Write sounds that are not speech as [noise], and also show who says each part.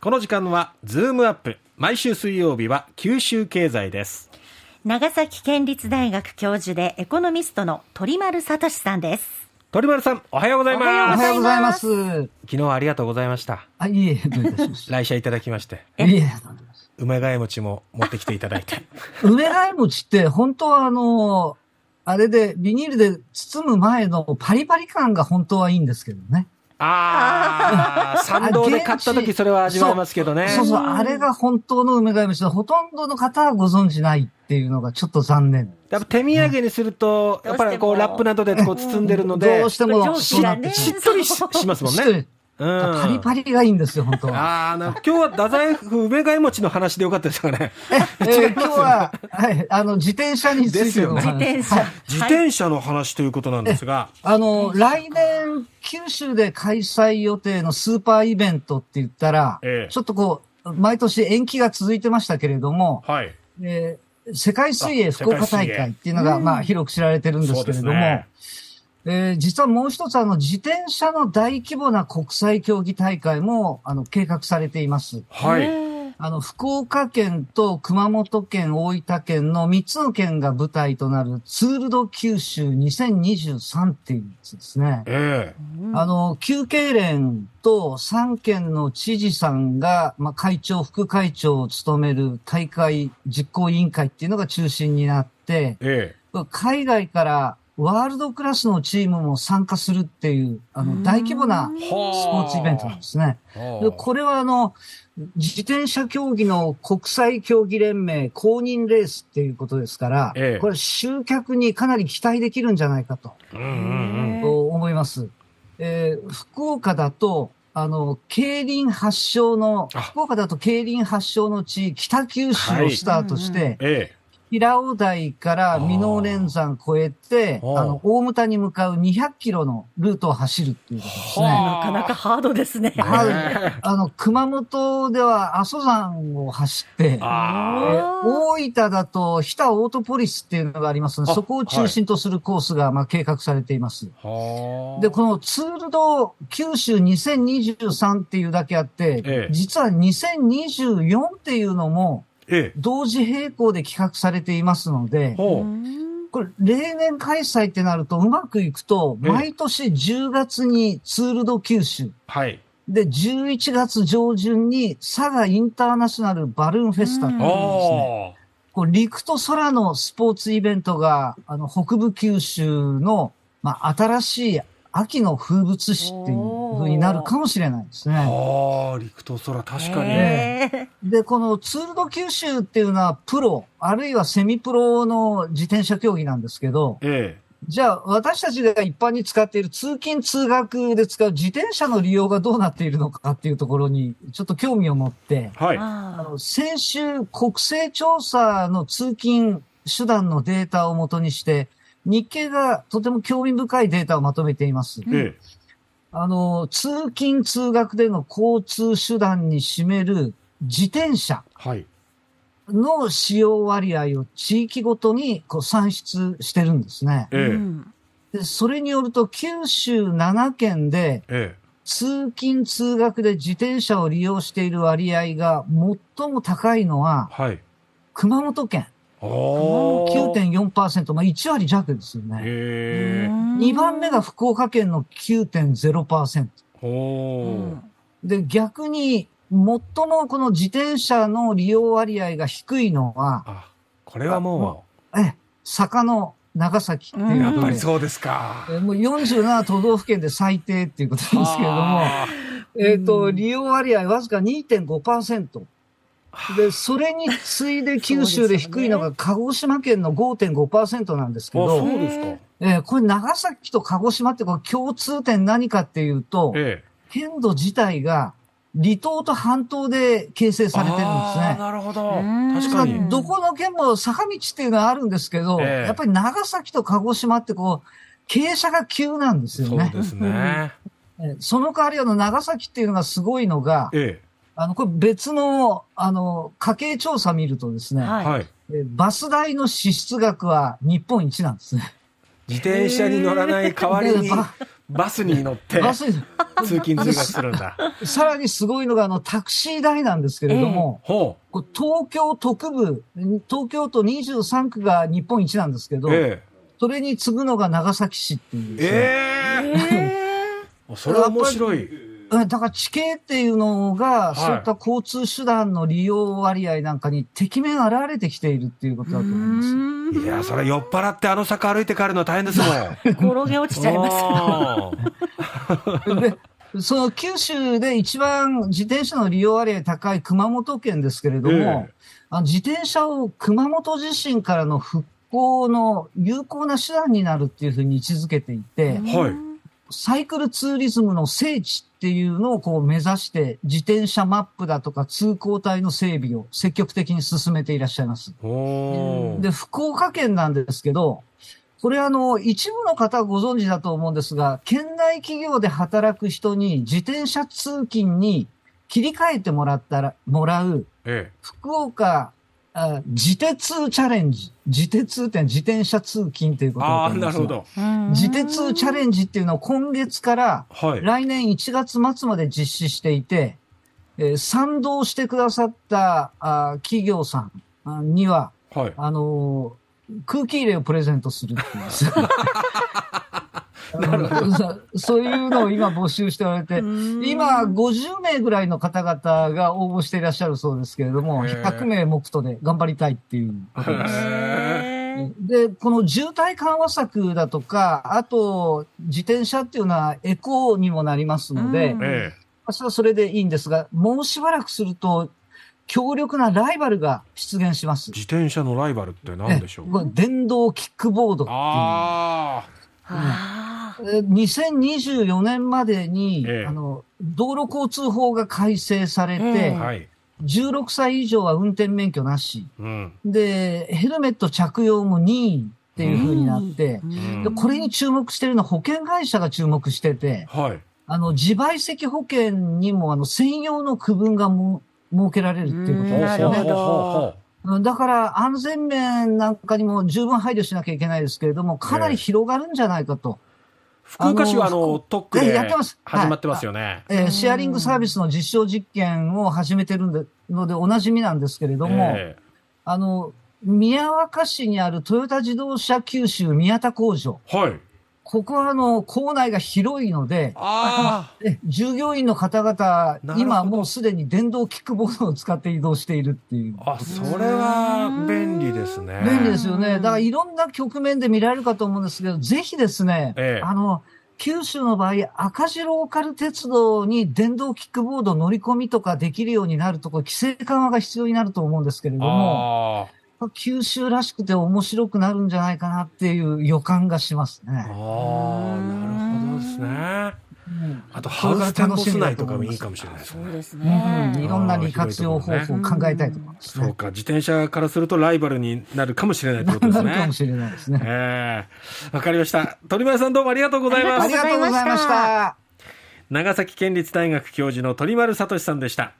Speaker 1: この時間はズームアップ毎週水曜日は九州経済です
Speaker 2: 長崎県立大学教授でエコノミストの鳥丸聡さんです。
Speaker 1: 鳥丸さんおはようござい
Speaker 2: お
Speaker 1: ま
Speaker 2: は
Speaker 1: す
Speaker 2: ようございます。
Speaker 1: 昨日はありがとうございました
Speaker 3: あ、いえいえ、どういたしまして。
Speaker 1: 来社いただきまして
Speaker 3: [laughs] いえいえ、どうもです
Speaker 1: 梅替え餅も持ってきていただいて
Speaker 3: 梅貝餅って本当はあの、あれで、ビニールで包む前のパリパリ感が本当はいいんですけどね。
Speaker 1: あ [laughs] あ参道で買った時それは味わえますけどね
Speaker 3: そうそう、あれが本当の梅貝餅で、ほとんどの方はご存知ないっていうのがちょっと残念。
Speaker 1: やっぱ手土産にすると、
Speaker 2: うん
Speaker 1: やっぱりこう
Speaker 2: どうして
Speaker 1: ラ
Speaker 2: も
Speaker 1: ップなどでこう包んでるので
Speaker 3: どうしても、
Speaker 2: 蒸気がね
Speaker 1: しっとりし
Speaker 2: [laughs]
Speaker 1: しますもんね、
Speaker 3: ね。
Speaker 1: う
Speaker 3: パリ
Speaker 1: ん、
Speaker 3: パリがいいんですよ、本当は。
Speaker 1: ああな今日は太宰府梅替え餅の話でよかったですかね
Speaker 3: えー今日は、はい、あの、自転車についてのお話
Speaker 2: 自転車。
Speaker 3: はい
Speaker 1: 自転車の話ということなんですが、
Speaker 3: あの、来年、九州で開催予定のスーパーイベントって言ったら、
Speaker 1: ええ
Speaker 3: ちょっとこう、毎年延期が続いてましたけれども、
Speaker 1: はい。
Speaker 3: えー世界水泳
Speaker 1: あ
Speaker 3: 福岡
Speaker 1: 世界
Speaker 3: 大
Speaker 1: 水泳
Speaker 3: 会っていうのが、
Speaker 2: うん
Speaker 3: まあ、広く知られてるんですけれども、えー実はもう一つ、あの、自転車の大規模な国際競技大会も、あの、計画されています。
Speaker 1: はい。
Speaker 2: い。
Speaker 3: あの、福岡県と熊本県、大分県の3つの県が舞台となるツールド九州2023っていうやつですね。
Speaker 1: ええ
Speaker 3: あの、9県連と3県の知事さんが、まあ、会長、副会長を務める大会実行委員会っていうのが中心になって、
Speaker 1: え
Speaker 3: 海外からワールドクラスのチームも参加するっていう、あの、大規模な
Speaker 1: え
Speaker 2: ス
Speaker 3: スポーツイベントなんですね。でこれはあの、自転車競技の国際競技連盟公認レースっていうことですから、
Speaker 1: ええ
Speaker 3: これ集客にかなり期待できるんじゃないかと。
Speaker 1: うんうんうん。
Speaker 3: 思います。えー福岡だと、あの、競輪発祥の、
Speaker 1: あ
Speaker 3: 福岡だと競輪発祥の地、北九州
Speaker 1: は
Speaker 3: を
Speaker 1: い
Speaker 3: スタートして、
Speaker 1: え
Speaker 3: 平尾台から美濃連山越えて、
Speaker 1: あー
Speaker 3: あの、大牟田に向かう200キロのルートを走るっていうことですね。
Speaker 1: は
Speaker 2: なかなかハードですね。
Speaker 1: え。
Speaker 3: はい
Speaker 1: ね
Speaker 3: あの、熊本では阿蘇山を走って、
Speaker 1: あ
Speaker 2: あー
Speaker 3: 大分だと日田オートポリスっていうのがありますので、
Speaker 1: あ
Speaker 3: そこを中心とするコースが、まあ、計画されています。
Speaker 1: あ。はあ。
Speaker 3: で、このツールド九州2023っていうだけあって、
Speaker 1: ええ
Speaker 3: 実は2024っていうのも
Speaker 1: ええ。
Speaker 3: 同時並行で企画されていますので、
Speaker 1: ほう。
Speaker 2: ん
Speaker 3: これ、例年開催ってなるとうまくいくと、
Speaker 1: ええ
Speaker 3: 毎年10月にツールド九州、
Speaker 1: はい。
Speaker 3: で、11月上旬に佐賀インターナショナルバルーンフェスタっていう
Speaker 1: あ
Speaker 3: のがですね、
Speaker 1: あ。
Speaker 3: こう陸と空のスポーツイベントが、あの、北部九州の、まあ、新しい秋の風物詩っていう風になるかもしれないですね。
Speaker 1: ああ、陸と空、確かに。
Speaker 2: へえ
Speaker 3: で、このツールド九州っていうのはプロ、あるいはセミプロの自転車競技なんですけど、
Speaker 1: え
Speaker 3: じゃあ私たちが一般に使っている通勤通学で使う自転車の利用がどうなっているのかっていうところにちょっと興味を持って、
Speaker 1: え。はい。
Speaker 3: あ
Speaker 2: あ
Speaker 3: の先週、国勢調査の通勤手段のデータを元にして、日経がとても興味深いデータをまとめています。
Speaker 1: ええ。
Speaker 3: あの、通勤通学での交通手段に占める自転車
Speaker 1: はい。
Speaker 3: の使用割合を地域ごとにこう算出してるんですね。
Speaker 1: ええ。
Speaker 3: でそれによると、九州7県で
Speaker 1: ええ。
Speaker 3: 通勤通学で自転車を利用している割合が最も高いのは
Speaker 1: はい。
Speaker 3: 熊本県。
Speaker 1: ああ。
Speaker 3: 9.4%、まあ1割弱ですよね。
Speaker 1: ええ。
Speaker 3: 2番目が福岡県の9.0%。
Speaker 1: ほ
Speaker 3: で、逆に、最もこの自転車の利用割合が低いのは
Speaker 1: う。、あ、これはも、
Speaker 3: え、坂の長崎っていうう
Speaker 1: や
Speaker 3: こ
Speaker 1: っ
Speaker 3: と
Speaker 1: ぱ
Speaker 3: で
Speaker 1: りそうですか。
Speaker 3: えもう47都道府県で最低っていうことなんですけれども、
Speaker 1: あ
Speaker 3: えっ、と、
Speaker 2: うん
Speaker 3: 利用割合わずか2.5%。で、それに次いで九州で低いのが鹿児島県の5.5%なんですけ
Speaker 1: ー。あ、
Speaker 3: ど、
Speaker 1: そうですか。
Speaker 3: えーこれ長崎と鹿児島ってこう共通点何かっていうと、
Speaker 1: ええ。
Speaker 3: 県土自体が離島と半島で形成されてる
Speaker 1: あー
Speaker 3: ん
Speaker 1: なるほ
Speaker 2: う
Speaker 1: ど。
Speaker 2: ん
Speaker 1: 確
Speaker 3: です
Speaker 1: か
Speaker 3: ね。ま
Speaker 1: に
Speaker 3: あ。どこの県も坂道っていうのはあるんですけど、
Speaker 1: ええ
Speaker 3: やっぱり長崎と鹿児島ってこう、傾斜が急なんですよ
Speaker 1: そう
Speaker 3: ね。
Speaker 1: ですね。
Speaker 3: えーその代わりあの長崎っていうのがすごいのが、
Speaker 1: え
Speaker 3: あの、これ別の、あの、家計調査見るとですね、
Speaker 1: え。
Speaker 2: はい。
Speaker 1: はい。
Speaker 3: えーバス代の支出額は日本一なんですね。
Speaker 1: 自転車に乗らない代わりに
Speaker 3: でバ
Speaker 1: [laughs] バスに乗って
Speaker 3: バスに、
Speaker 1: 通勤通学するんだ。
Speaker 3: さらにすごいのが、あの、タクシー代なんですけれども、
Speaker 1: ほ
Speaker 3: こう東京特部、東京都23区が日本一なんですけど、
Speaker 1: う。え
Speaker 3: それに次ぐのが長崎市っていう
Speaker 1: え。
Speaker 3: ですね、
Speaker 1: え
Speaker 2: え
Speaker 1: え。 [laughs] それは面白い。
Speaker 3: うんだから地形っていうのが、
Speaker 1: い
Speaker 3: そういった交通手段の利用割合なんかに、てきめん現れてきているっていうことだと思います。
Speaker 1: いや、それ酔っ払ってあの坂歩いて帰るのは大変ですもん。
Speaker 2: 転げ落ちちゃい
Speaker 1: [laughs]
Speaker 2: ました。
Speaker 1: うん
Speaker 3: で、その九州で一番自転車の利用割合高い熊本県ですけれども、
Speaker 1: ええ
Speaker 3: あの自転車を熊本地震からの復興の有効な手段になるっていうふうに位置づけていて、
Speaker 1: はい
Speaker 3: サイクルツーリズムの聖地っていうのをこう目指して、自転車マップだとか通行帯の整備を積極的に進めていらっしゃいます。
Speaker 1: ほう
Speaker 3: で、福岡県なんですけど、これあの、一部の方はご存知だと思うんですが、県内企業で働く人に自転車通勤に切り替えてもらったら、もらう、
Speaker 1: え
Speaker 3: 福岡、あ自鉄チャレンジ。自鉄って自転車通勤という
Speaker 1: え。
Speaker 3: こと
Speaker 1: ああ、
Speaker 3: に
Speaker 1: な
Speaker 3: り
Speaker 1: る
Speaker 3: ます
Speaker 1: ほ。ど。
Speaker 3: 自鉄チャレンジっていうのを今月から
Speaker 1: はい。
Speaker 3: 来年1月末まで実施していて、えー賛同してくださったあ企業さんあには、
Speaker 1: はい。
Speaker 3: あのー空気入れをプレゼントするっていうんです。そうそういうのを今募集しておられて、今50名ぐらいの方々が応募していらっしゃるそうですけれども、
Speaker 1: へー
Speaker 3: 100名目途で頑張りたいっていうことです。
Speaker 2: へー
Speaker 3: で、この渋滞緩和策だとか、あと、自転車っていうのはエコーにもなりますので、
Speaker 2: うん
Speaker 1: え
Speaker 3: 私はそれでいいんですが、もうしばらくすると、強力なライバルが出現します
Speaker 1: え。。自転車のライバルって何でしょう
Speaker 3: これ電動キックボードっていう。
Speaker 1: ああ。
Speaker 2: あー
Speaker 3: えー2024年までに、
Speaker 1: ええ
Speaker 3: あの、道路交通法が改正されて、
Speaker 2: ええ
Speaker 1: はい。
Speaker 3: 16歳以上は運転免許なし。
Speaker 1: うん。
Speaker 3: で、ヘルメット着用も任意っていう風になって、
Speaker 1: ん
Speaker 3: でこれに注目してるのは保険会社が注目してて、
Speaker 1: はい。
Speaker 3: あの、自賠責保険にもあの、専用の区分がも設けられるっていうことですよ
Speaker 2: なるほ
Speaker 3: ね。
Speaker 2: ど
Speaker 3: うんだから、安全面なんかにも十分配慮しなきゃいけないですけれども、かなり広がるんじゃないかと。
Speaker 1: 福岡市はあ
Speaker 3: あ
Speaker 1: の
Speaker 3: の
Speaker 1: 特区
Speaker 3: ええ
Speaker 1: で
Speaker 3: やってますはい
Speaker 1: 始まってますよね。
Speaker 3: え
Speaker 2: う
Speaker 3: ー
Speaker 2: ん
Speaker 3: シェアリングサービスの実証実験を始めてるんでのでおなじみなんですけれども、
Speaker 1: え
Speaker 3: あの、宮若市にあるトヨタ自動車九州宮田工場。
Speaker 1: えはい。
Speaker 3: ここはあの、構内が広いので、
Speaker 1: あ
Speaker 3: え従業員の方々
Speaker 1: ほ、ど
Speaker 3: 今もうすでに電動キックボードを使って移動しているっていう。
Speaker 1: あ。あ、それは便利ですね。
Speaker 3: 便利ですよ
Speaker 2: う
Speaker 3: ね。
Speaker 2: ん
Speaker 3: だからいろんな局面で見られるかと思うんですけど、ぜひですね、
Speaker 1: ええ
Speaker 3: あの、九州の場合、赤字ローカル鉄道に電動キックボード乗り込みとかできるようになると、これ規制緩和が必要になると思うんですけれども、
Speaker 1: あ
Speaker 3: 九州らしくて面白くなるんじゃないかなっていう予感がします
Speaker 1: あ。ああ、
Speaker 3: ね。
Speaker 1: なるほどですね。
Speaker 3: うん
Speaker 1: あと、ハウステンボス内とかもいいかもしれないです
Speaker 2: そう
Speaker 1: ね。
Speaker 2: です
Speaker 3: うんい
Speaker 2: ね。
Speaker 3: ろんな利活用方法を考えたいと思います、
Speaker 1: そう
Speaker 3: ね。
Speaker 1: か、自転車からするとライバルになるかもしれないってことです
Speaker 3: [laughs] なるか
Speaker 1: ね
Speaker 3: も。しれないですね。
Speaker 1: ええわかりました。鳥丸さんどうもありがとうございま
Speaker 2: あ
Speaker 3: あ
Speaker 1: す
Speaker 2: り
Speaker 3: り。
Speaker 2: がと
Speaker 3: がと
Speaker 2: う
Speaker 3: う
Speaker 2: ござ
Speaker 3: ござ
Speaker 2: い
Speaker 3: い
Speaker 2: ま
Speaker 3: ま
Speaker 2: し
Speaker 3: したた。
Speaker 1: 長崎県立大学教授の鳥丸聡さんでした。